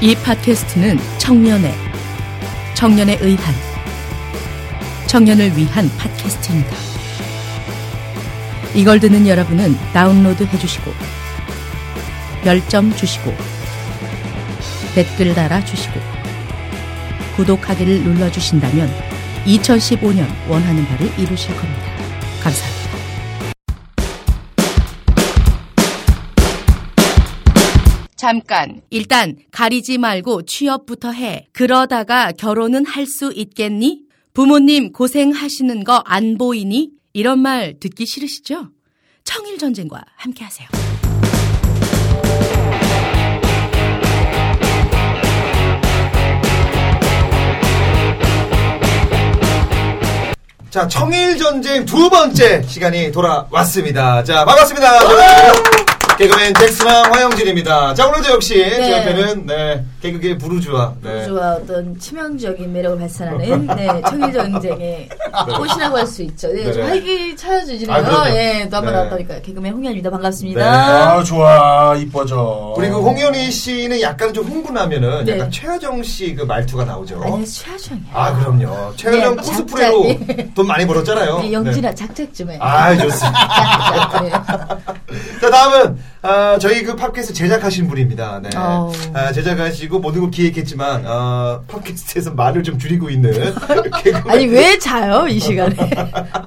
이 팟캐스트는 청년의 청년에 의한 청년을 위한 팟캐스트입니다. 이걸 듣는 여러분은 다운로드 해주시고 별점 주시고 댓글 달아주시고 구독하기를 눌러주신다면 2015년 원하는 바를 이루실 겁니다. 감사합니다. 잠깐. 일단 가리지 말고 취업부터 해. 그러다가 결혼은 할 수 있겠니? 부모님 고생하시는 거 안 보이니? 이런 말 듣기 싫으시죠? 청일 전쟁과 함께 하세요. 자, 청일 전쟁 두 번째 시간이 돌아왔습니다. 자, 반갑습니다. 개그맨 잭스랑 화영진입니다. 자, 오늘도 역시 제 옆에는 네, 개그계 부르주아. 네. 우주와 어떤 치명적인 매력을 발산하는 네, 청일전쟁의 꽃이라고 할 수 있죠. 네, 좀 네네. 활기차지네요. 아, 그럼요. 예, 또 한 번 네. 나왔다니까 개그맨 홍현입니다. 반갑습니다. 아 좋아 이뻐져. 그리고 홍현희 씨는 약간 좀 흥분하면은 네. 약간 최하정 씨 그 말투가 나오죠. 아니, 최하정이야. 아, 그럼요. 최하정 네, 코스프레로 작가님. 돈 많이 벌었잖아요. 예, 영진아 작작 좀 해. 어, 네. 아, 좋습니다. 작작. 네. 자, 다음은, 아, 저희 그 팟캐스트 제작하신 분입니다. 네. 어우. 아, 제작하시고 모든 걸 기획했지만, 아, 팟캐스트에서 말을 좀 줄이고 있는 개그맨 아니, 왜 자요? 이 시간에.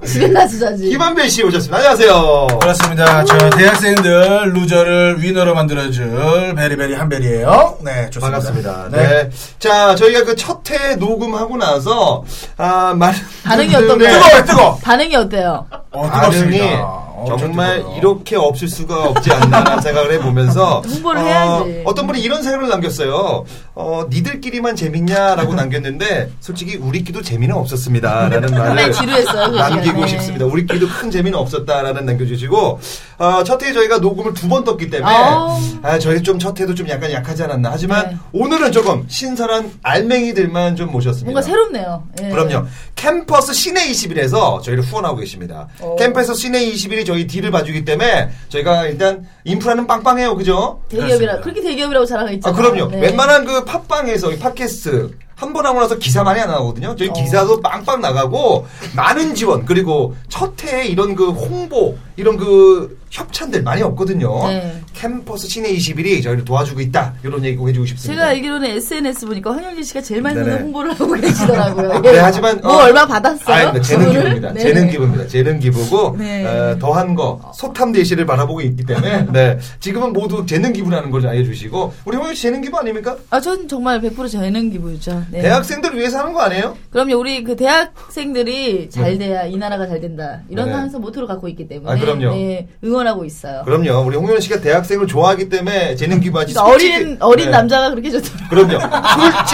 집에 가서 자지. 김한배 씨 오셨습니다. 안녕하세요. 그렇습니다. 저 대학생들 루저를 위너로 만들어줄 베리베리 한베리예요. 네, 좋습니다. 반갑습니다. 네. 자, 저희가 그 첫 회 녹음하고 나서, 아, 많은. 반응이 분들의 어떤가요? 뜨거워, 뜨거. 반응이 어때요? 워 반응이 어, 정말 이렇게 없을 수가 없지 않나 생각을 해보면서 홍보를 어, 해야지. 어떤 분이 이런 사연을 남겼어요. 어, 니들끼리만 재밌냐라고 남겼는데 솔직히 우리끼도 재미는 없었습니다라는 정말 말을 지루했어요. 그 남기고 시간에. 싶습니다. 우리끼도 큰 재미는 없었다라는 남겨주시고 어, 첫 회에 저희가 녹음을 두 번 떴기 때문에 아우. 아, 저희 좀 첫 회도 좀 약간 약하지 않았나 하지만 네. 오늘은 조금 신선한 알맹이들만 좀 모셨습니다. 뭔가 새롭네요. 예. 그럼요. 캠퍼스 시내 21에서 저희를 후원하고 계십니다. 오. 캠퍼스 시내 21이 저희 딜을 봐주기 때문에 저희가 일단 인프라는 빵빵해요. 그죠? 대기업이라, 그렇게 대기업이라고 자랑을 아, 있잖아요. 그럼요. 네. 웬만한 그 팟빵에서 이 팟캐스트 한 번 하고 나서 기사 많이 안 나오거든요. 저희 어. 기사도 빵빵 나가고 많은 지원 그리고 첫 해에 이런 그 홍보 이런 그 협찬들 많이 없거든요. 네. 캠퍼스 시내 21이 저희를 도와주고 있다. 이런 얘기 꼭 해주고 싶습니다. 제가 알기로는 SNS 보니까 황영진 씨가 제일 많이 네네. 홍보를 하고 계시더라고요. 네, 하지만, 뭐 어, 얼마 받았어요? 아, 네, 재능 그거를? 기부입니다. 네. 재능 기부입니다. 재능 기부고 네. 어, 더한 거 소탐 대시를 바라보고 있기 때문에 네, 지금은 모두 재능 기부라는 걸 알려주시고 우리 홍윤 씨 재능 기부 아닙니까? 아, 전 정말 100% 재능 기부죠. 네. 대학생들 위해서 하는 거 아니에요? 그럼요, 우리 그 대학생들이 잘 돼야 이 나라가 잘 된다. 이런 네. 네네. 항상 모토를 갖고 있기 때문에. 아, 그럼요. 네, 응원하고 있어요. 그럼요. 우리 홍윤 씨가 대학생을 좋아하기 때문에 재능 기부하지. 진짜 솔직히- 어린, 어린 네. 남자가 그렇게 좋더라고요. 그럼요.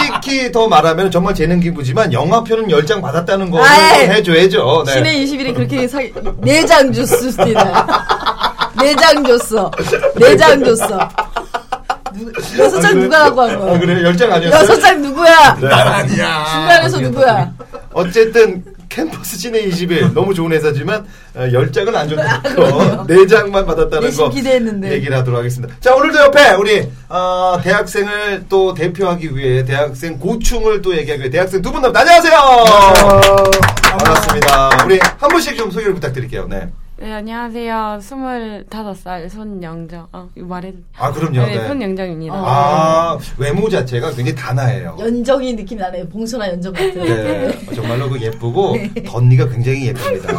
솔직히 더 말하면 정말 재능 기부지만 영화표는 10장 받았다는 거 아이. 예. 해줘야죠. 네. 신의 21이 그렇게 사, 내장 줬습니다. 내장 줬어. 내장 줬어. 누, 여섯 장 누가 갖고 한 아, 거야? 그래요? 10장 아니었어요? 여섯 장 누구야? 네. 아니야. 중간에서 누구야? 어쨌든 캠퍼스 진해 21 너무 좋은 회사지만 어, 10장은 안 줬다고 4장만 받았다는 아, 내심 거 기대했는데. 얘기를 하도록 하겠습니다. 자 오늘도 옆에 우리 어, 대학생을 또 대표하기 위해 대학생 고충을 또 얘기하기 위해 대학생 두 분 남 안녕하세요. 반갑습니다. 우리 한 분씩 좀 소개를 부탁드릴게요. 네. 네, 안녕하세요. 25살 손영정. 어, 이거 말해도. 아 그럼요. 네, 네. 손영정입니다. 아 외모 자체가 굉장히 단아해요. 연정이 느낌 나네요. 봉선아 연정 같은. 그 네, 정말로 그 예쁘고 네. 덧니가 굉장히 예쁩니다.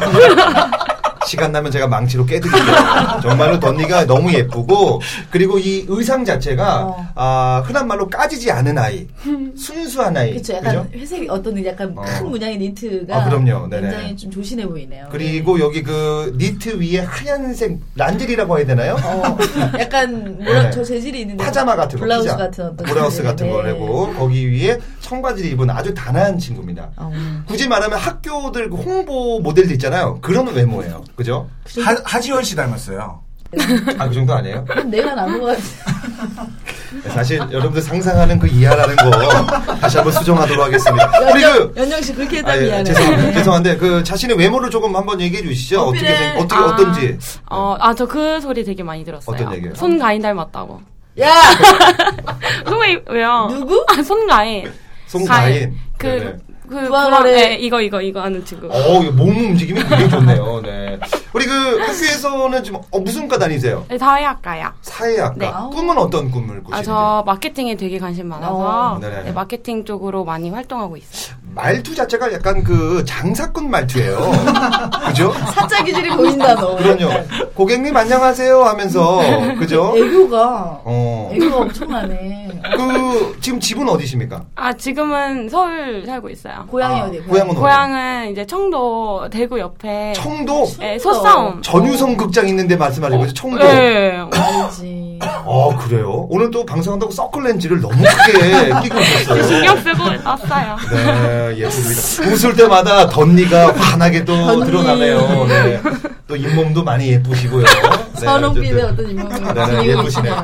시간 나면 제가 망치로 깨드릴게요. 정말로 덧니가 너무 예쁘고 그리고 이 의상 자체가 어. 아, 흔한 말로 까지지 않은 아이, 순수한 아이. 그렇죠. 그죠? 약간 회색 어떤 약간 어. 큰 문양의 니트가 아, 그럼요. 네네. 굉장히 좀 조신해 보이네요. 그리고 여기 그 니트 위에 하얀색 란젤이라고 해야 되나요? 어, 약간 뭐라 네. 저 재질이 있는데 파자마 같은 거, 블라우스 피자. 같은 어떤 블라우스 같은 걸 네. 하고 거기 위에 청바지를 입은 아주 단아한 친구입니다. 어. 굳이 말하면 학교들 그 홍보 모델들 있잖아요. 그런 외모예요. 그죠? 하, 하지원 씨 닮았어요. 아, 그 정도 아니에요? 그럼 내가 나온 것 같아. 사실 여러분들 상상하는 그 이하라는 거 다시 한번 수정하도록 하겠습니다. 우리 연정, 그 연정 씨 그렇게 해다 아, 예, 미안해. 죄송합니다. 죄송한데 그 자신의 외모를 조금 한번 얘기해 주시죠. 어떻게 어필을- 생, 아, 어떻게 어떤지. 어, 아, 저 그 소리 되게 많이 들었어요. 어떤 얘기예요? 손가인 닮았다고. 야, 정말 왜요? 누구? 아, 손가인. 아. 송가인. 그, 네네. 그, 부활의- 불안- 네, 이거, 이거, 이거 아는 친구. 어우, 이거 몸 움직임이 굉장히 좋네요. 네. 우리 그 학교에서는 지금 어, 무슨 과 다니세요? 네, 사회학과야. 사회학과. 네. 꿈은 어떤 꿈을 꾸시는지. 아, 저 마케팅에 되게 관심 많아서 어, 네네. 네, 마케팅 쪽으로 많이 활동하고 있어요. 말투 자체가 약간 그 장사꾼 말투예요. 그죠? 사짜 기질이 보인다 너. 그럼요. 고객님 안녕하세요 하면서 그죠? 네. 애교가 어. 애교가 엄청나네. 그 지금 집은 어디십니까? 아, 지금은 서울 살고 있어요. 고향이 아, 어디? 고향은 어디? 고향은 이제 청도 대구 옆에 청도 네, 소싸움. 전유성 극장 있는데 말씀하신 거죠? 청도. 네. 알지. 아 그래요? 오늘 또 방송한다고 서클렌즈를 너무 크게 끼고 네, 오셨어요. 신경 쓰고 왔어요. 네, 예쁩니다. 웃을 때마다 덧니가 환하게 또 덧니. 드러나네요. 네. 또 잇몸도 많이 예쁘시고요. 네, 선홍빛의 어쨌든. 어떤 인물을 네, 네, 지니고 예쁘시네요.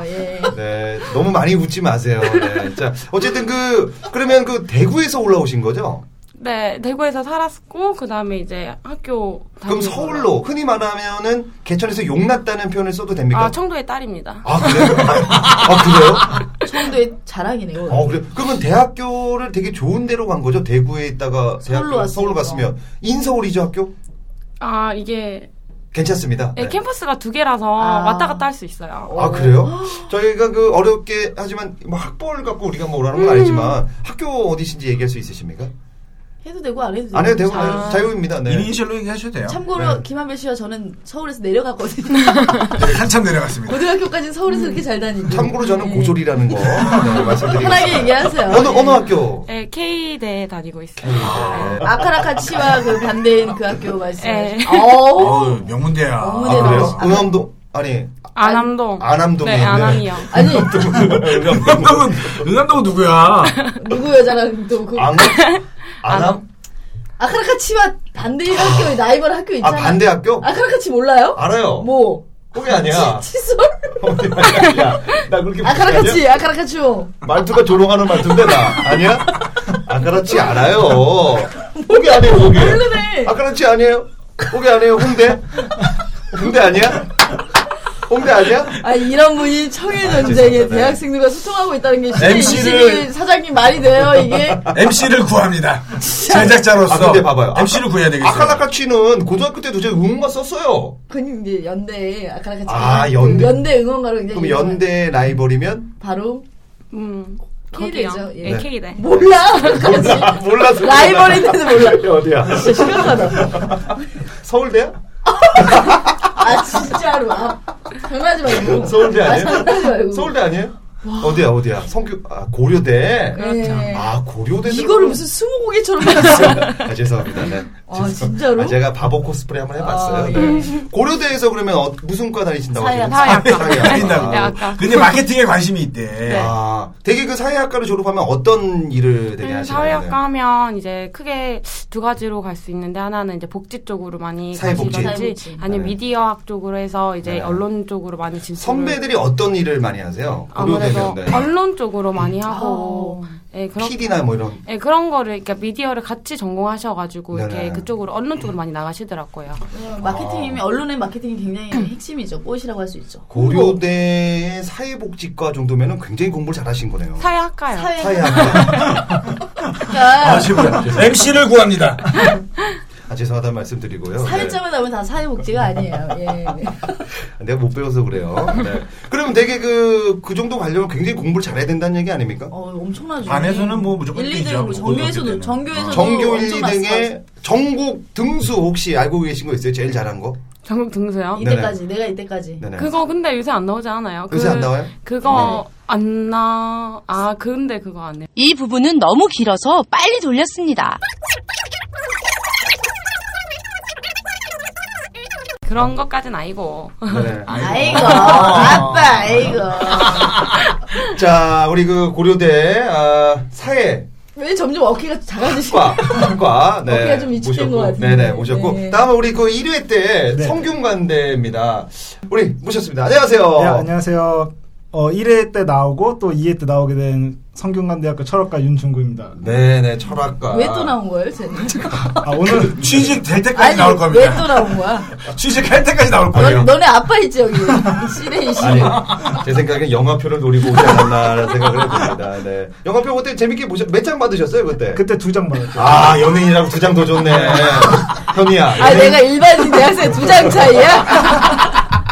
계시네요. 예. 네, 너무 많이 웃지 마세요. 네. 자, 어쨌든 그, 그러면 그 대구에서 올라오신 거죠? 네, 대구에서 살았고 그 다음에 이제 학교 그럼 다니고. 서울로, 흔히 말하면은 개천에서 욕났다는 표현을 써도 됩니까? 아, 청도의 딸입니다. 아, 그래요? 아, 그래요? 청도의 자랑이네요. 어, 그래. 그러면 대학교를 되게 좋은 데로 간 거죠? 대구에 있다가 서울로 대학교, 서울로 왔으니까. 갔으면. 인서울이죠, 학교? 아, 이게 괜찮습니다. 네, 네. 캠퍼스가 두 개라서 아. 왔다 갔다 할 수 있어요. 아 그래요? 저희가 그 어렵게 하지만 뭐 학벌 갖고 우리가 뭐라는 음. 건 아니지만 학교 어디신지 얘기할 수 있으십니까? 해도 되고 안 해도 되고. 안 해도 되고 네, 자- 아. 자유입니다. 네. 이니셜로 얘기하셔도 돼요. 참고로 네. 김한배 씨와 저는 서울에서 내려갔거든요. 네, 한참 네. 내려갔습니다. 고등학교까지는 서울에서 그렇게 잘 다니고. 음. 참고로 저는 네. 고졸이라는 거 네, 편하게 말씀드리겠습니다. 얘기하세요. 어느 예. 어느 학교? 네, K대에 다니고 있어요. 네. 아카라카 치와 그 반대인 그 학교 말씀하시죠. 예. 어우. 어우, 명문대야. 아 명문대 그래요? 나왔어. 응암동 아니 안암동. 안암동에 네, 있는 안암이요. 아니, 응암동은, 응암동은 누구야? 누구 여자랑 또 그. 안 안암 아카라카 치와 반대인 학교, 라이벌 학교 아 있잖아. 반대 학교 아카라카 치 몰라요? 알아요. 뭐. 거기 아니야. 치, 솔 거기 아니야. 나 그렇게 아카라카 무시하냐? 치, 아카라카 치오. 말투가 조롱하는 말투인데 나 아니야? 아까라치 알아요. 포기 안 해요 포기. 모르네. 아까라치 아니에요. 포기 안 해요 홍대. 홍대 아니야? 홍대 아니야? 아 이런 분이 청해 죄송합니다. 전쟁에 네. 대학생들과 소통하고 있다는 게 시대 MC 를- 21 사장님 말이 돼요 이게 MC를 MC를 구합니다. 제작자로서. 아 근데 봐봐요. MC를 구해야 되겠어요. 아까라카치는 고등학교 때 도저히 응원가 썼어요. 그건 이제 연대 아까 같이 아, 연대. 연대 응원가로 굉장히 그럼 유명한- 연대 라이벌이면 바로 음, K대죠, 거기요. 예. 예, 네. K대. 몰라 몰라 몰라서 네. 라이벌인데도 몰라 어디야? 진짜 심각하다 서울대야? 아 진짜로 아 장난하지 말고 서울대 아 아니에요? 장난하지 말고 서울대 아니에요? 어디야 어디야? 성규 아 고려대. 그렇죠 아 고려대. 이거를 무슨 스무고개처럼 했어 아, 죄송합니다. 네. 아, 죄송- 진짜로? 아, 제가 바보 코스프레 한번 해봤어요. 아, 네. 고려대에서 그러면 어- 무슨 과 다니신다고 사회학, 하시는지? 네, 사회학과. 네. 사회학과. 뭐 네, 아까. 근데 마케팅에 관심이 있대. 네. 아, 되게 그 사회학과를 졸업하면 어떤 일을 되게 네. 음, 하시는 사회학과 하면 이제 크게 두 가지로 갈 수 있는데 하나는 이제 복지 쪽으로 많이 사회복지. 가시든지 사회복지. 아니면 네. 미디어학 쪽으로 해서 이제 네. 언론 쪽으로 많이 진출 선배들이 어떤 일을 많이 하세요? 고려대면 아무래도 네. 언론 쪽으로 많이 하고 예, 그런 PD나 뭐 이런. 예, 그런 거를 그러니까 미디어를 같이 전공하셔가지고 네네. 음. 이렇게 그쪽으로 언론 쪽으로 많이 나가시더라고요. 음, 마케팅이면 아. 언론의 마케팅이 굉장히 핵심이죠 꽃이라고 할 수 있죠 고려대의 사회복지과 정도면은 굉장히 공부를 잘하신 거네요. 사회학과요. 사회 사회학과. 아, 그러니까 지금 MC를 구합니다. 아, 죄송하다는 말씀 드리고요. 네. 사회점에 나오면 다 사회복지가 아니에요 예 내가 못 배워서 그래요. 네. 그러면 되게 그, 그 정도 가려면 굉장히 공부를 잘해야 된다는 얘기 아닙니까? 어, 엄청나죠. 반에서는 뭐 무조건 1, 일등이죠. 2등, 정교에서도, 고등학교 정교에서도. 전교 1, 엄청 많았어요. 2등에 네, 전국 등수 혹시 알고 계신 거 있어요? 제일 잘한 거? 전국 등수요. 네. 이때까지, 내가 이때까지. 네네. 그거 근데 요새 안 나오지 않아요? 그 요새 안 나와요? 네. 그거 안 나. 아 근데 그거 안 해. 이 부분은 너무 길어서 빨리 돌렸습니다. 그런 것까진 아니고. 네네. 아이고, 아빠, 아이고. 자, 우리 그 고려대 아, 사회 왜 점점 어깨가 작아지시고. 과, 과, 네. 어깨가 좀 위축된 모셨고. 것 같은데. 네네, 모셨고. 네. 다음은 우리 그 1회 때 성균관대입니다. 우리 모셨습니다. 안녕하세요. 네, 안녕하세요. 네, 어, 1회 때 나오고 또 2회 때 나오게 된 성균관대학교 철학과 윤중구입니다. 네네 철학과. 왜 또 나온 거예요, 쟤는? 아, 오늘 취직 될 때까지 아니, 나올 왜 또 겁니다. 나온 거야? 취직할 때까지 나올 거예요. 너, 네 아빠 있지, 여기. 시래, 이 시래. 아니, 제 생각엔 영화표를 노리고 오지 않았나라는 생각을 해봅니다. 네. 영화표 그때 재밌게 보셨, 몇 장 받으셨어요, 그때? 그때 두 장 받았죠. 아, 연예인이라고 두 장 더 줬네. 현이야. 네. 아, 연예인- 내가 일반인 대학생 두 장 차이야?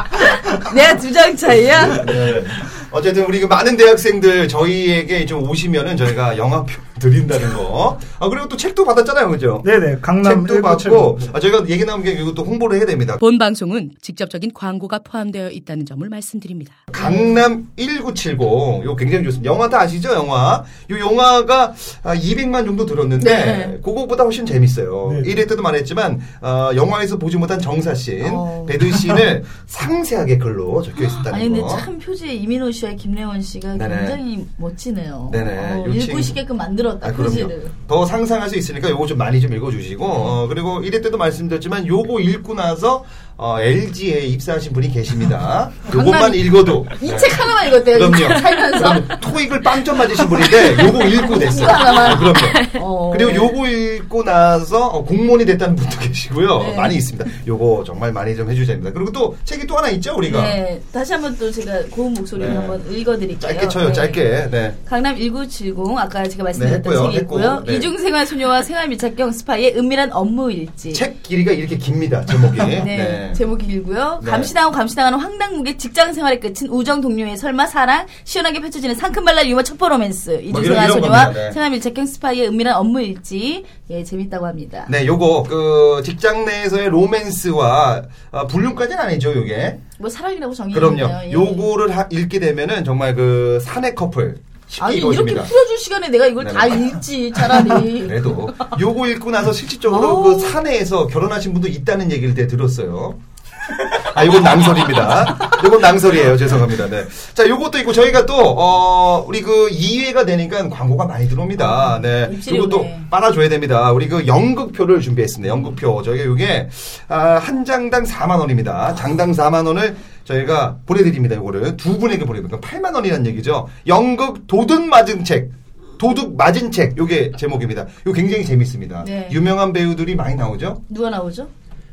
내가 두 장 차이야? 네. 어쨌든 우리 그 많은 대학생들 저희에게 좀 오시면은 저희가 영화표 드린다는 거. 아, 그리고 또 책도 받았잖아요, 그죠? 네네, 강남 책도 1 받고, 아, 저희가 얘기 나온 게 이거 또 홍보를 해야 됩니다. 본 방송은 직접적인 광고가 포함되어 있다는 점을 말씀드립니다. 강남 1970. 요 굉장히 좋습니다. 영화 다 아시죠? 영화. 요 영화가 아, 200만 정도 들었는데 네. 그거보다 훨씬 재밌어요. 네. 1회 때도 말했지만 어, 영화에서 보지 못한 정사씬, 어. 배드신을 상세하게 글로 적혀 있었다는 아니, 근데 거. 참 표지에 이민호 씨와 김래원 씨가 네네. 굉장히 멋지네요. 네네. 어, 요 읽고 친구- 싶게끔 만들었다, 아, 그럼요. 표지를. 더 상상할 수 있으니까 요거 좀 많이 좀 읽어주시고, 네. 어, 그리고 1회 때도 말씀드렸지만 요거 읽고 나서, LG에 입사하신 분이 계십니다. 요것만 강남- 읽어도. 이 책 하나만 읽었대요. 이 그럼요. 책 살면서. 그럼 토익을 빵점 맞으신 분인데 요거 읽고 됐어요. 이거 하나만. 아, 그럼요. 어. 그리고 요거 읽고 나서 어, 공무원이 됐다는 분도 계시고요. 네. 많이 있습니다. 요거 정말 많이 좀 해주셔야 됩니다. 그리고 또 책이 또 하나 있죠 우리가 네, 다시 한번 또 제가 고운 목소리로 네. 한번 읽어드릴게요. 짧게 쳐요, 네. 짧게. 네. 강남 1970 아까 제가 말씀드렸던 네, 했고요, 책이 있고요. 했고, 네. 이중생활 소녀와 생활 밀착형 스파이의 은밀한 업무 일지. 책 길이가 이렇게 깁니다 제목이. 네, 제목이 길고요. 네. 감시당하고 감시당하는 황당무게 직장 생활의 끝인 우정 동료의 설마 사랑 시원하게 펼쳐지는 상큼발랄 유머 첫 퍼포먼스 이중생활 뭐 이런 소녀와 겁니다. 네. 생활 밀착형 스파이의 은밀한 업무 일지 예 재밌다고 합니다. 네, 요거 그 직장 내에서의 로맨스와 아, 불륜까지는 아니죠, 요게. 뭐 사랑이라고 정의해요. 예. 그럼요. 요거를 하- 읽게 되면은 정말 그 사내 커플 쉽게 아니 이렇게 이루어집니다. 풀어줄 시간에 내가 이걸 네, 다 네. 읽지 차라리. 그래도 요거 읽고 나서 실질적으로 아우. 그 사내에서 결혼하신 분도 있다는 얘기를 때 들었어요. 아, 요건 낭설입니다. 요건 낭설이에요. 죄송합니다. 네. 자, 요것도 있고 저희가 또 어, 우리 그 2회가 되니까 광고가 많이 들어옵니다. 네. 입질이 요것도 오네. 빨아줘야 됩니다. 우리 그 연극표를 준비했습니다. 연극표. 저희가 요게 아, 한 장당 4만 원입니다. 장당 4만 원을 저희가 보내드립니다. 요거를 두 분에게 보내드립니다. 8만 원이란 얘기죠. 연극 도둑 맞은 책. 도둑 맞은 책. 요게 제목입니다. 요 굉장히 재밌습니다. 네. 유명한 배우들이 많이 나오죠. 누가 나오죠?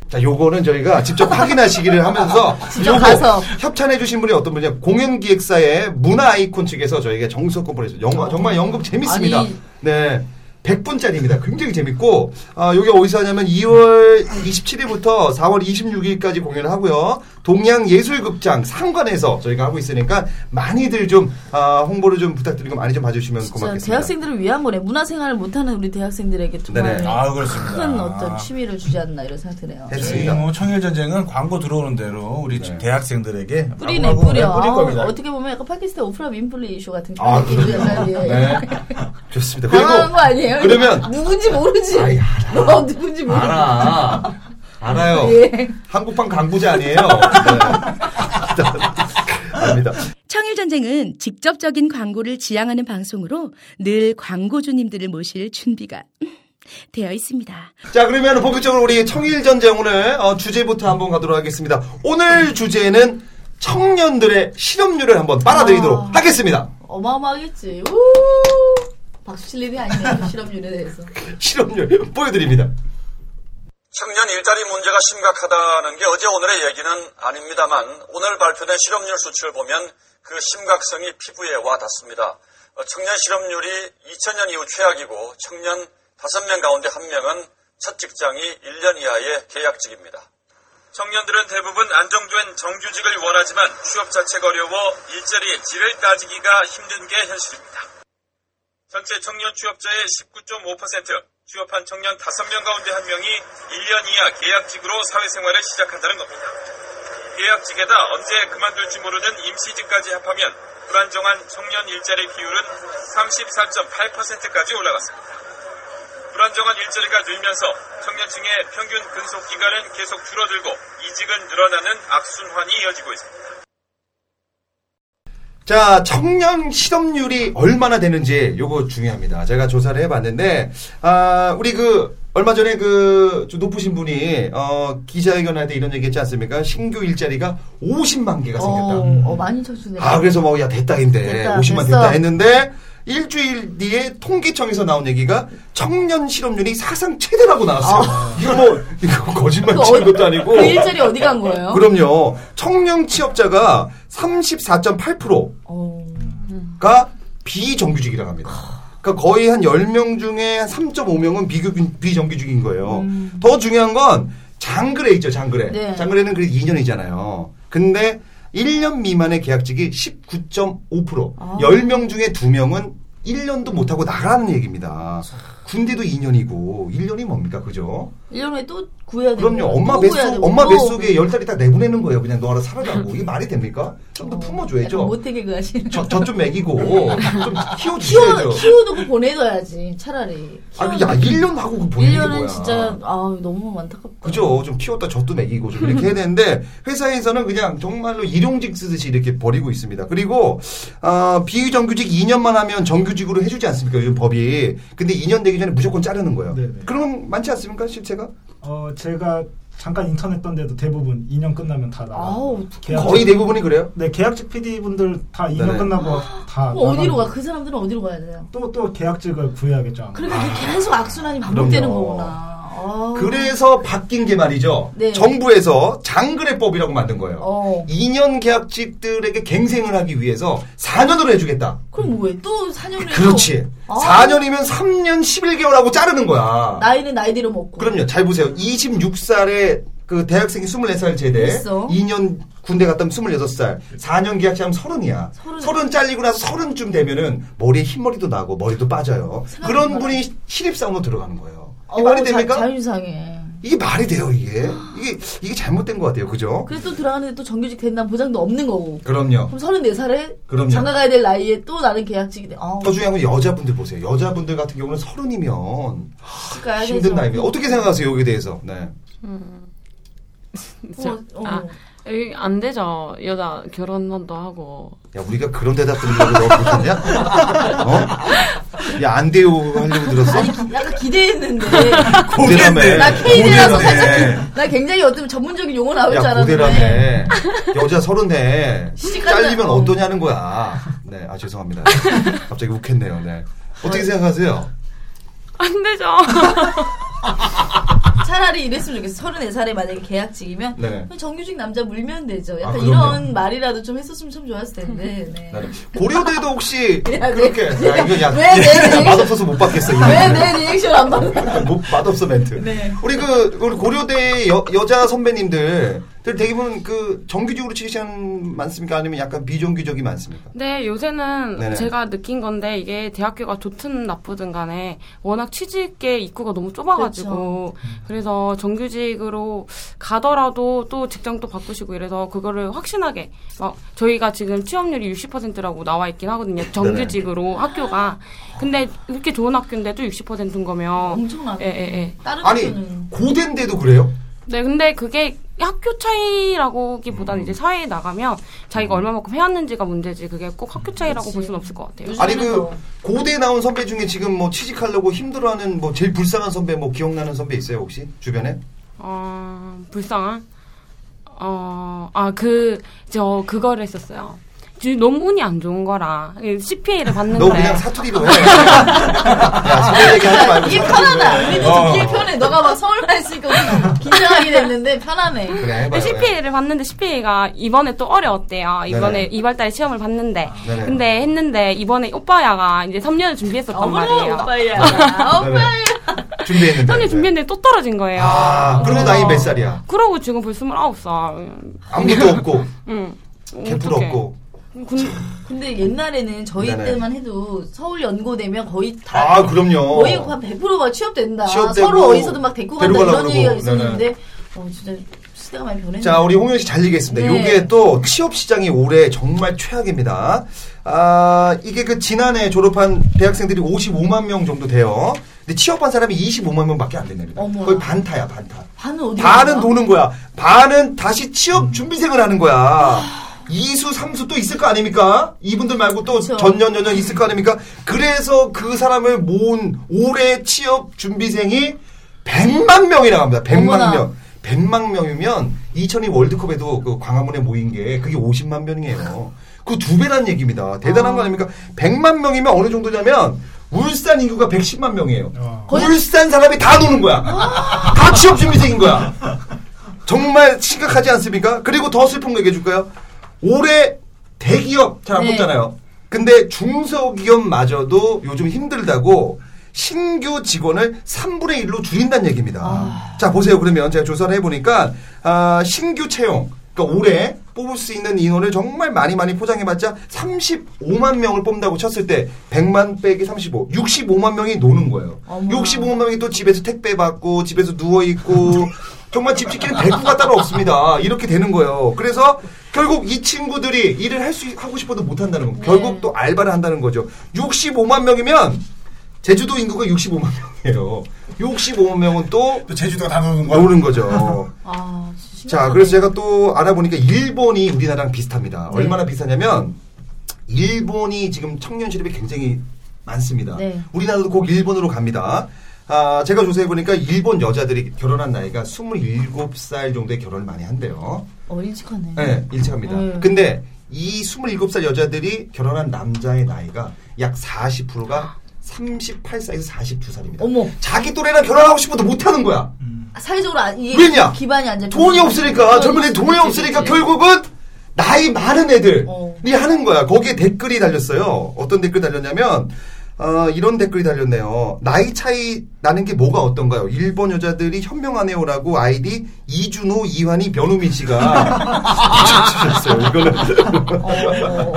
자, 요거는 저희가 직접 확인하시기를 하면서 직접 가서. 협찬해주신 분이 어떤 분이냐 공연기획사의 문화 아이콘 측에서 저에게 정석권 보내주셨어요. 영화, 정말 연극 재밌습니다. 아니. 네. 100분짜리입니다. 굉장히 재밌고, 아, 여기 어디서 하냐면 2월 27일부터 4월 26일까지 공연을 하고요. 동양예술극장 상관에서 저희가 하고 있으니까 많이들 좀, 아, 홍보를 좀 부탁드리고 많이 좀 봐주시면 진짜 고맙겠습니다. 대학생들을 위한 거래. 문화생활을 못하는 우리 대학생들에게 정말 네네. 아, 그렇습니다. 큰 어떤 취미를 주지 않나 이런 생각 드네요. 저희 했습니다. 뭐 청일 전쟁은 광고 들어오는 대로 우리 대학생들에게 뿌리네 광고하고 뿌려. 뿌릴 아우, 겁니다. 어떻게 보면 약간 파키스탄 오프라 민플리 쇼 같은 아, 느낌이 그럼요. 약간, 예. 네. 좋습니다. 당황한 거 아니에요? 그러면 누군지 모르지. 아이, 너 누군지 모르지. 알아. 알아요. 예. 한국판 강부자 아니에요. 네. 아닙니다. 청일전쟁은 직접적인 광고를 지향하는 방송으로 늘 광고주님들을 모실 준비가 되어 있습니다. 자, 그러면 본격적으로 우리 청일전쟁 오늘 어, 주제부터 한번 가도록 하겠습니다. 오늘 주제는 청년들의 실업률을 한번 빨아들이도록 아. 하겠습니다. 어마어마하겠지. 우! 박수 칠 일이 아니네. 실업률에 대해서. 실업률 보여드립니다. 청년 일자리 문제가 심각하다는 게 어제 오늘의 얘기는 아닙니다만 오늘 발표된 실업률 수치를 보면 그 심각성이 피부에 와닿습니다. 어, 청년 실업률이 2000년 이후 최악이고 청년 5명 가운데 1명은 첫 직장이 1년 이하의 계약직입니다. 청년들은 대부분 안정된 정규직을 원하지만 취업 자체가 어려워 일자리의 질을 따지기가 힘든 게 현실입니다. 전체 청년 취업자의 19.5%, 취업한 청년 5명 가운데 1명이 1년 이하 계약직으로 사회생활을 시작한다는 겁니다. 계약직에다 언제 그만둘지 모르는 임시직까지 합하면 불안정한 청년 일자리 비율은 34.8%까지 올라갔습니다. 불안정한 일자리가 늘면서 청년층의 평균 근속 기간은 계속 줄어들고 이직은 늘어나는 악순환이 이어지고 있습니다. 자, 청년 실업률이 얼마나 되는지 요거 중요합니다. 제가 조사를 해봤는데, 아, 우리 그 얼마 전에 그좀 높으신 분이 어, 기자회견할 때 이런 얘기했지 않습니까? 신규 일자리가 50만 개가 생겼다. 음. 어, 어, 많이 쳐주네. 아 그래서 뭐 야 됐다인데 됐다, 됐어. 50만 됐다 했는데 일주일 뒤에 통계청에서 나온 얘기가 청년 실업률이 사상 최대라고 나왔어요. 이거 뭐 이거 거짓말 그 치는 어디- 것도 아니고 그 일자리 어디 간 거예요? 그럼요. 청년 취업자가 34.8%가 어. 비정규직이라고 합니다. 그러니까 거의 한 10명 중에 3.5명은 비교, 비정규직인 거예요. 더 중요한 건 장그레 있죠, 장그레. 음. 네. 장그레는 그래도 2년이잖아요. 근데 1년 미만의 계약직이 19.5%. 아. 10명 중에 2명은 1년도 못하고 나가는 얘기입니다. 군대도 2년이고, 1년이 뭡니까, 그죠? 1년에 또 구해야 되는 거야. 그럼요. 엄마 또 구해야 뱃속 되고, 엄마 또. 뱃속에 열 달이 다 내보내는 거예요. 그냥 너 알아 살아라고. 이게 말이 됩니까? 좀 더 약간 품어줘야죠. 못되게 그 하시는. 저 저 좀 먹이고 좀 키워, 키워주셔야죠. 키워두고 보내둬야지, 차라리. 아니 야 1년 하고 그 보내는 거야. 1년은 진짜, 아 너무 안타깝다. 그죠. 좀 키웠다 젖도 먹이고 좀 이렇게 해야 되는데 회사에서는 그냥 정말로 일용직 쓰듯이 이렇게 버리고 있습니다. 그리고 아, 비정규직 2년만 하면 정규직으로 해주지 않습니까? 요즘 법이. 근데 2년 되기 전에 무조건 자르는 거예요. 네네. 그럼 많지 않습니까? 실체가? 어 제가 잠깐 인턴 했던 데도 대부분 2년 끝나면 다 나가. 아우, 어떡해. 거의 대부분이 그래요. 네 계약직 PD 분들 다 2년 네네. 끝나고 아, 다. 뭐 어디로 가? 그 사람들은 어디로 가야 돼요? 또또 계약직을 구해야겠죠. 아마. 그러니까 이게 계속 악순환이 반복되는 그럼요. 거구나. 아. 그래서 바뀐 게 말이죠. 네. 정부에서 장그래법이라고 만든 거예요. 어. 2년 계약직들에게 갱생을 하기 위해서 4년으로 해주겠다. 그럼 왜 또 4년을 그렇지. 4년이면 3년 11개월하고 자르는 거야. 아. 나이는 나이대로 먹고. 그럼요. 잘 보세요. 26살에 그 대학생이 24살 제대, 있어. 2년 군대 갔다면 26살, 4년 계약직 하면 30이야. 서른. 30 잘리고 나서 30쯤 되면은 머리에 흰머리도 나고 머리도 빠져요. 그런 생각해봐라. 분이 신입사원으로 들어가는 거예요. 어우, 이 말이 됩니까? 자, 자유상해. 이게 말이 돼요, 이게. 이게, 이게 잘못된 것 같아요. 그죠? 그래서 또 들어가는데 또 정규직 된다는 보장도 없는 거고. 그럼요. 그럼 34살에 그럼요. 장가 가야 될 나이에 또 나는 계약직이 돼. 아, 더 중요한 건 여자분들 보세요. 여자분들 같은 경우는 서른이면 가야 힘든 나이입니다. 어떻게 생각하세요, 여기에 대해서? 네. 진짜. 어, 어. 아, 이안 되죠. 여자 결혼도 하고. 야, 우리가 그런 대답 들으려고 그러냐? 어? 야, 안 돼요. 하려고 들었어? 아니, 약간 기대했는데. 고대라며. 나 K라서 고대라며. 살짝, 그, 나 굉장히 어쩌면 전문적인 용어 나올 줄 야, 알았는데. 고대라며. 여자 서른에 시집간다. 잘리면 어. 어떠냐는 거야. 네, 아, 죄송합니다. 갑자기 욱했네요, 네. 어떻게 생각하세요? 안 되죠. 차라리 이랬으면 좋겠어. 34살에 만약에 계약직이면 네. 그냥 정규직 남자 물면 되죠. 약간 아, 그럼요. 이런 말이라도 좀 했었으면 참 좋았을 텐데. 네. 나는 고려대도 혹시 야, 그렇게 내- 야, 이거 야, 왜, 내- 야, 맛없어서 못 받겠어. 이거. 왜 내 리액션 안 받는 못 뭐, 맛없어 멘트. 네. 우리 그 우리 고려대 여, 여자 선배님들 들 대부분 그 정규직으로 취직한 많습니까? 아니면 약간 비정규적이 많습니까? 근데 네, 요새는 네네. 제가 느낀 건데 이게 대학교가 좋든 나쁘든 간에 워낙 취직계 입구가 너무 좁아가지고 그렇죠. 그래서 정규직으로 가더라도 또 직장도 바꾸시고 이래서 그거를 확신하게 막 저희가 지금 취업률이 60%라고 나와 있긴 하거든요. 정규직으로 학교가 근데 이렇게 좋은 학교인데도 60%인 거면 엄청나게. 예예예. 다른 아니 분은 고대인데도 그래요? 네, 근데 그게 학교 음. 차이라고기보다는 이제 사회에 나가면 자기가 얼마만큼 해왔는지가 문제지 그게 꼭 학교 차이라고 볼 수는 없을 것 같아요. 요즘에는 아니 그 더. 고대 나온 선배 중에 지금 뭐 취직하려고 힘들어하는 뭐 제일 불쌍한 선배 뭐 기억나는 선배 있어요 혹시 주변에? 어, 불쌍한. 어, 아, 그, 저, 그거를 했었어요. 지금 너무 운이 안 좋은 거라. CPA를 너 받는데. 그냥 사투리로 해. 야, 선배 얘기하지 말고. 이게 사투리로 편하다. 해. 우리도 어. 듣기 편해. 너가 막 서울말 했으니까 우리 긴장하게 됐는데 편하네. 그래 해봐요. CPA를 봤는데 CPA가 이번에 또 어려웠대요. 이번에 네네. 이번 달에 시험을 봤는데. 네네. 근데 했는데 이번에 오빠야가 이제 3년을 준비했었단 말이에요. 오빠야. 어? 네. 오빠야. 준비했는데. 3년 준비했는데 또 떨어진 거예요. 아, 그러고 나이 몇 살이야? 그러고 지금 벌써 29살. 어, 아무것도 없고, 응. 개풀 음, 어떡해. 없고. 군, 근데 옛날에는 저희 네네. 때만 해도 서울 연고되면 거의 다 아, 그럼요. 거의 한 100%가 취업된다. 취업되고, 서로 어디서든 막 데리고 간다 데리고 이런 가려고 얘기가 그러고. 있었는데 어, 진짜 시대가 많이 변했네. 자, 우리 홍현 씨 잘 얘기했습니다. 네. 요게 또 취업 시장이 올해 정말 최악입니다. 아, 이게 그 지난해 졸업한 대학생들이 55만 명 정도 돼요. 근데 취업한 사람이 25만 명밖에 안 된답니다. 어머나. 거의 반타야, 반타. 반은 어디 반은 갔나? 도는 거야. 반은 다시 취업 준비생을 하는 거야. 이수삼수또 있을 거 아닙니까? 이분들 말고 또 그쵸. 전년, 전년 있을 거 아닙니까? 그래서 그 사람을 모은 올해 취업 준비생이 100만 명이라고 합니다. 100만 어머나. 명. 100만 명이면 2002 월드컵에도 그 광화문에 모인 게 그게 50만 명이에요. 그 두 배란 얘기입니다. 대단한 거 아닙니까? 100만 명이면 어느 정도냐면 울산 인구가 110만 명이에요. 어. 거의- 아. 울산 사람이 다 노는 거야. 다 취업 준비생인 거야. 정말 심각하지 않습니까? 그리고 더 슬픈 거 얘기해 줄까요? 올해 대기업 잘 안 네. 뽑잖아요. 근데 중소기업마저도 요즘 힘들다고 신규 직원을 3분의 1로 줄인다는 얘기입니다. 자, 보세요. 그러면 제가 조사를 해보니까, 아, 신규 채용. 그러니까 올해 뽑을 수 있는 인원을 정말 많이 많이 포장해봤자 35만 명을 뽑는다고 쳤을 때 100만 빼기 35, 65만 명이 노는 거예요. 65만 명이 또 집에서 택배 받고 집에서 누워 있고 정말 집 지키는 대구가 따로 없습니다. 이렇게 되는 거예요. 그래서 결국 이 친구들이 일을 할 수 하고 싶어도 못 한다는 겁니다. 결국 또 알바를 한다는 거죠. 65만 명이면 제주도 인구가 65만 명이에요. 65만 명은 또 또 제주도가 다 노는 거야. 모르는 거죠. 아, 진짜 자, 그래서 제가 또 알아보니까 일본이 우리나라랑 비슷합니다. 네. 얼마나 비슷하냐면 일본이 지금 청년 실업이 굉장히 많습니다. 네. 우리나라도 꼭 일본으로 갑니다. 아, 제가 조사해 보니까 일본 여자들이 결혼한 나이가 27살 정도에 결혼을 많이 한대요. 어, 일찍하네. 네, 일치합니다. 네. 근데 이 27살 여자들이 결혼한 남자의 나이가 약 40%가 38살에서 42살입니다. 어머. 자기 또래랑 결혼하고 싶어도 못 하는 거야. 아, 사회적으로 안, 이게 왜냐? 기반이 안 잡혀. 돈이 어, 없으니까 젊은 애 돈이 그치, 없으니까 그치. 결국은 나이 많은 애들이 예. 어. 하는 거야. 거기에 댓글이 달렸어요. 어떤 댓글 달렸냐면 어, 이런 댓글이 달렸네요. 나이 차이 나는 게 뭐가 어떤가요? 일본 여자들이 현명하네요라고 아이디 이준호, 이환희, 변우민 씨가 주셨어요. 이거는 어, 어, 어.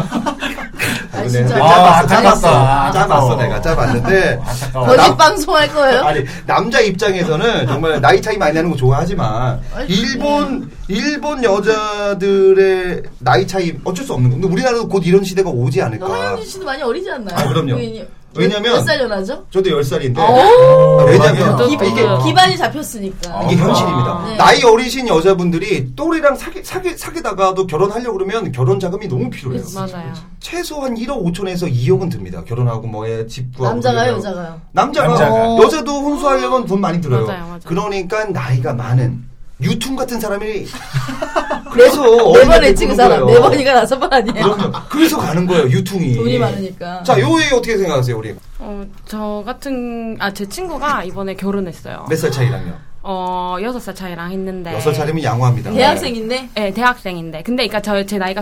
아, 진짜. 네. 아, 잘했어. 잘했어. 아, 짜봤어 내가 짜봤는데 안타까워. 거짓 남- 방송할 거예요? 아니 남자 입장에서는 정말 나이 차이 많이 나는 거 좋아하지만 아니, 일본 일본 여자들의 나이 차이 어쩔 수 없는 거. 근데 우리나라도 곧 이런 시대가 오지 이거 않을까. 황영준 씨도 많이 어리지 않나요? 아, 그럼요. 왜냐면- 네. 몇살 연하죠? 저도 10살인데 오! 왜냐면 또 어? 기, 이게 또- 기반이 잡혔으니까. 이게 현실입니다. 네. 나이 어리신 여자분들이 또래랑 사귀, 사귀, 사귀다가도 결혼하려고 그러면 결혼 자금이 너무 필요해요. 맞아요. 최소한 1억 5천에서 2억은 듭니다. 결혼하고 뭐에 집 구하고. 남자가요, 그러려면. 여자가요? 남자가, 어, 남자가. 여자도 혼수하려면 돈 많이 들어요. 맞아요, 맞아요. 그러니까 나이가 많은 유퉁 같은 사람이 그래서 어린애들 네번 애치 그 보는 사람. 거예요. 네 번이가 다섯 번 아니에요? 그럼요. 그래서 가는 거예요 유퉁이. 돈이 많으니까. 자, 요 얘기 어떻게 생각하세요, 우리? 어, 저 같은 아 제 친구가 이번에 결혼했어요. 몇 살 차이랑요? 어 여섯 살 차이랑 했는데. 여 6살 차이면 양호합니다. 네. 아, 대학생인데? 네, 대학생인데. 근데, 그니까, 저, 제 나이가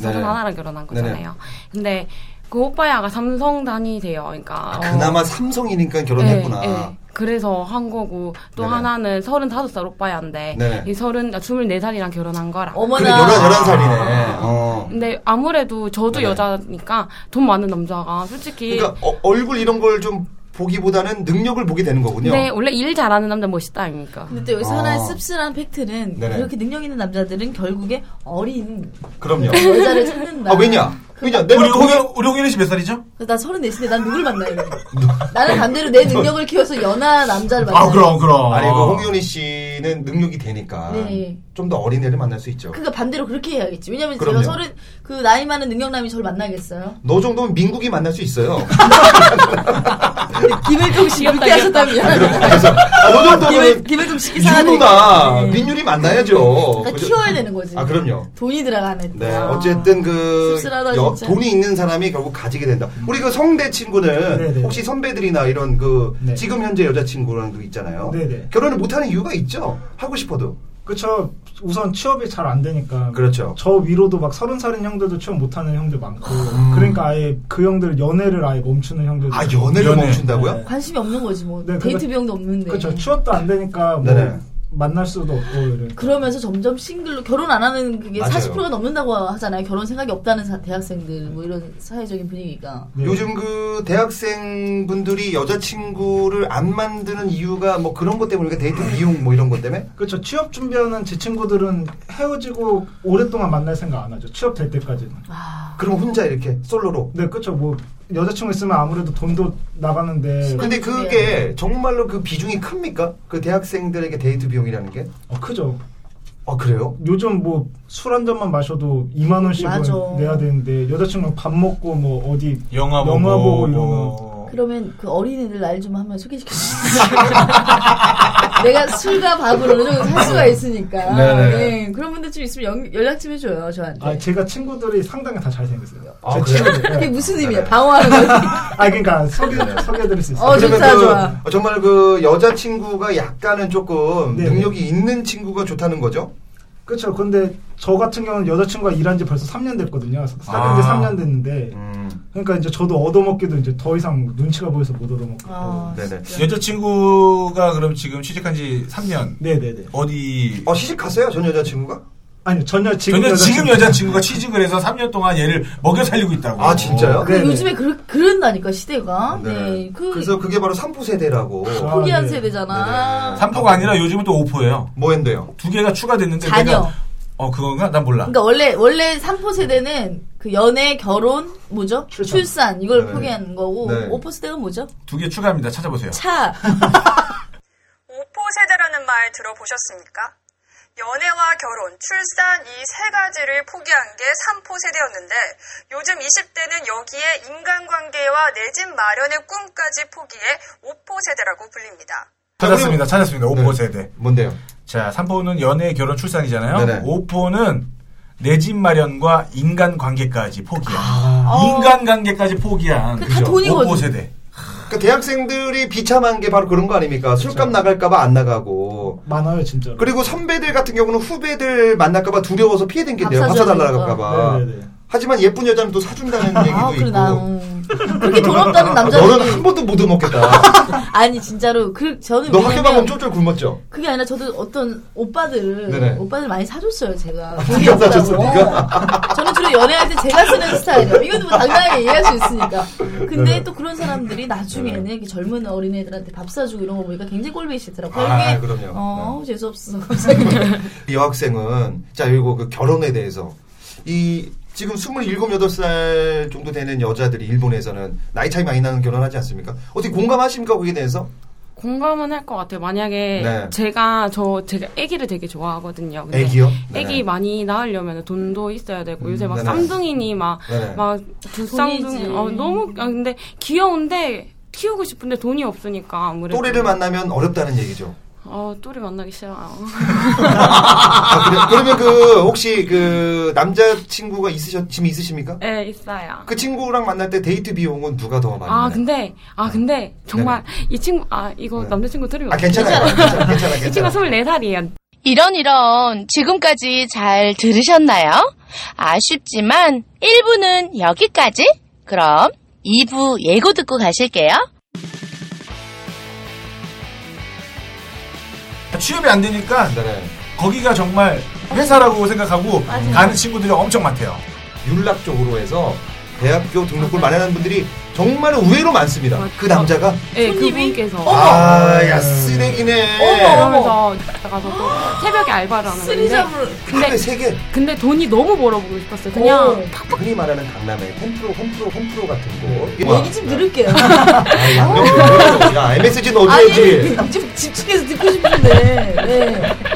네네. 서른 하나랑 결혼한 네네. 거잖아요. 근데, 그 오빠야가 삼성 다니대요. 그니까. 러 아, 그나마 삼성이니까 결혼했구나. 네, 그래서 한 거고, 또 네네. 하나는 35살 오빠야인데, 네네. 이 서른, 아, 24살이랑 결혼한 거라. 그래, 어머나. 아. 11, 11살이네. 어. 근데 아무래도 저도 네네. 여자니까 돈 많은 남자가 솔직히 그러니까 어, 얼굴 이런 걸 좀 보기보다는 능력을 보게 되는 거군요. 근데 네. 원래 일 잘하는 남자 멋있다 아닙니까? 근데 또 여기서 아. 하나의 씁쓸한 팩트는 네네. 그렇게 능력 있는 남자들은 결국에 어린 그럼요. 여자를 찾는다. 아, 왜냐? 왜냐? 우리 내가 홍현 보면 우리 홍현이 씨몇 살이죠? 그래서 나 서른 네인데난 누굴 만나요? 나는 반대로 내 능력을 키워서 연하 남자를 만나. 아 그럼 그럼. 아니 그 홍윤희 씨는 능력이 되니까 네. 좀 더 어린 애를 만날 수 있죠. 그러니까 반대로 그렇게 해야겠지. 왜냐면 그럼요. 제가 서른 그 나이 많은 능력남이 저를 만나겠어요. 너 정도면 민국이 만날 수 있어요. 김일종 씨 그렇게 하셨다면 그래서 아, 너 김일 정도면 김일종 씨 민누나 민율이 만나야죠. 네. 그러니까 그죠? 키워야 되는 거지. 아 그럼요. 돈이 들어가네. 또. 네 어쨌든 그 씁쓸하다, 여- 진짜. 돈이 있는 사람이 결국 가지게 된다. 우리 그 성대 친구는 음. 네네. 혹시 선배들이나 이런 그 네. 지금 현재 여자 친구랑도 있잖아요. 네네. 결혼을 못하는 이유가 있죠. 하고 싶어도 그쵸. 우선 취업이 잘 안 되니까. 그렇죠. 저 위로도 막 서른 살인 형들도 취업 못하는 형들 많고. 그러니까 아예 그 형들 연애를 아예 멈추는 음. 형들도. 아 연애를 연애. 멈춘다고요? 네. 관심이 없는 거지 뭐. 네, 데이트 그거- 비용도 없는데. 그쵸. 취업도 안 되니까 뭐 네네. 만날 수도 없고. 이러니까. 그러면서 점점 싱글로 결혼 안 하는 그게 맞아요. 40%가 넘는다고 하잖아요. 결혼 생각이 없다는 사- 대학생들 뭐 이런 사회적인 분위기가. 네. 요즘 그 대학생분들이 여자친구를 안 만드는 이유가 뭐 그런 것 때문에 그러니까 데이트 비용 뭐 이런 것 때문에? 그렇죠. 취업 준비하는 제 친구들은 헤어지고 오랫동안 만날 생각 안 하죠. 취업 될 때까지는. 그럼 혼자 이렇게 솔로로. 네, 그렇죠. 뭐 여자친구 있으면 아무래도 돈도 나가는데 근데 그게 정말로 그 비중이 큽니까? 그 대학생들에게 데이트 비용이라는 게? 어, 크죠. 아 그래요? 요즘 뭐 술 한 잔만 마셔도 2만 원씩은 맞아. 내야 되는데 여자친구랑 밥 먹고 뭐 어디 영화 보고 영화 보고 뭐. 이러면 그러면 그 어린애들 날 좀 한번 소개시켜 주세요. 내가 술과 밥을 어느 정도 살 수가 있으니까. 네. 네네. 예, 그런 분들 좀 있으면 연, 연락 좀 해줘요, 저한테. 아, 제가 친구들이 상당히 다 잘생겼어요. 아, 네, 제 그래요? 친구들. 그게 네. 무슨 의미야? 방어하는 거지? 아, 그러니까 소개 소개해드릴 수 있어요. 어, 그러면 좋다, 그, 좋아. 어, 정말 그 여자친구가 약간은 조금 네. 능력이 있는 친구가 좋다는 거죠? 그렇죠. 근데 저 같은 경우는 여자친구가 일한 지 벌써 3년 됐거든요. 사귄 지 아. 3년 됐는데 음, 그러니까 이제 저도 얻어먹기도 이제 더 이상 눈치가 보여서 못 얻어먹고. 아, 네네. 여자친구가 그럼 지금 취직한 지 3년. 네네네. 어디. 어, 시집 갔어요? 전 여자친구가? 아니요 전혀 지금 전혀 지금 여자친구- 여자친구가 취직을 해서 3년 동안 얘를 먹여 살리고 있다고. 아, 진짜요? 그 네네. 요즘에 그, 그런다니까, 시대가. 네. 그, 래서 그게 바로 삼포 세대라고. 아. 포기한 네. 세대잖아. 3포가 아니라 요즘은 또 5포예요. 뭐인데요? 두 개가 추가됐는데 자녀. 내가 어 그건가? 난 몰라. 그러니까 원래 원래 삼포 세대는 그 연애, 결혼, 뭐죠? 출산. 출산, 이걸 네. 포기한 거고 네. 오포 세대는 뭐죠? 두 개 추가합니다. 찾아보세요. 차. 오포 세대라는 말 들어보셨습니까? 연애와 결혼, 출산 이 세 가지를 포기한 게 3포 세대였는데 요즘 20대는 여기에 인간관계와 내 집 마련의 꿈까지 포기해 오포 세대라고 불립니다. 찾았습니다. 찾았습니다. 5포 네. 세대. 뭔데요? 자, 3포는 연애, 결혼, 출산이잖아요. 네네. 5포는 내 집 마련과 인간 관계까지 포기한. 아. 인간 관계까지 포기한. 어. 그다 돈이거든. 5포 세대. 그러니까 대학생들이 비참한 게 바로 그런 거 아닙니까? 그렇죠. 술값 나갈까봐 안 나가고. 많아요 진짜로. 그리고 선배들 같은 경우는 후배들 만날까봐 두려워서 피해 댕긴대요. 밥 밥 사주라니까. 사달라고할까봐. 네네네. 하지만 예쁜 여자는 또 사준다는 얘기도 아, 그래 있고. 아, 나 음. 그렇게 돈 없다는 너는 한 남자들이 번도 못 얻어먹겠다. 아니 진짜로 그 저는 너 학교 가면 왜냐면 쫄쫄 굶었죠? 그게 아니라 저도 어떤 오빠들 네네. 오빠들 많이 사줬어요 제가 네가 사줬어, 없다고. 저는 주로 연애할 때 제가 쓰는 스타일이에요 이건 뭐 당당하게 얘기할 수 있으니까 근데 네네. 또 그런 사람들이 나중에는 이렇게 젊은 어린애들한테 밥 사주고 이런 거 보니까 굉장히 꼴보기 싫더라고요 아, 이게 그럼요. 네. 어 재수 없어 갑자기 여학생은, 자, 그리고 그 결혼에 대해서. 이, 지금 27, 8살 정도 되는 여자들이 일본에서는 나이 차이 많이 나는 결혼하지 않습니까? 어떻게 공감하십니까? 거기에 대해서? 공감은 할 것 같아요. 만약에 네. 제가 저 제가 아기를 되게 좋아하거든요. 근데 애기요? 애기 네. 음, 많이 낳으려면 돈도 있어야 되고 요새 막 네네. 쌍둥이니 네네. 막막두 쌍둥이 돈이지. 어, 너무 아, 근데 귀여운데 키우고 싶은데 돈이 없으니까 아무래도 또래를 만나면 어렵다는 얘기죠. 어 또래 만나기 싫어요. 아, 그래, 그러면 그, 혹시 그, 남자친구가 있으셨, 지금 있으십니까? 네 있어요. 그 친구랑 만날 때 데이트 비용은 누가 더 많이? 아 내나요? 근데 아 근데 정말 이 친구 아 이거 네. 남자친구 들으면 아, 괜찮아요. 괜찮아, 괜찮아, 이 친구가 괜찮아. 24살이에요. 이런 이런 지금까지 잘 들으셨나요? 아쉽지만 1부는 여기까지. 그럼 2부 예고 듣고 가실게요. 취업이 안 되니까 네. 거기가 정말 회사라고 생각하고 가는 친구들이 엄청 많대요. 윤락 쪽으로 해서 대학교 등록을 마련한 분들이 정말 의외로 많습니다. 그 남자가 네, 손님이? 그분께서 아, 야 쓰레기네. 그러면서 가서 또 새벽에 알바를 하는 건데 쓰리잡으로 하루에 근데 세 개. 근데 돈이 너무 벌어보고 싶었어요. 그냥 오. 흔히 말하는 강남의 홈프로, 홈프로, 홈프로 같은 곳. 얘기 좀 들을게요. 아, 예, 양념 좀 넣어줘. 야, MSG 넣어줘야지. 아니, 좀 집중해서 듣고 싶은데. 네.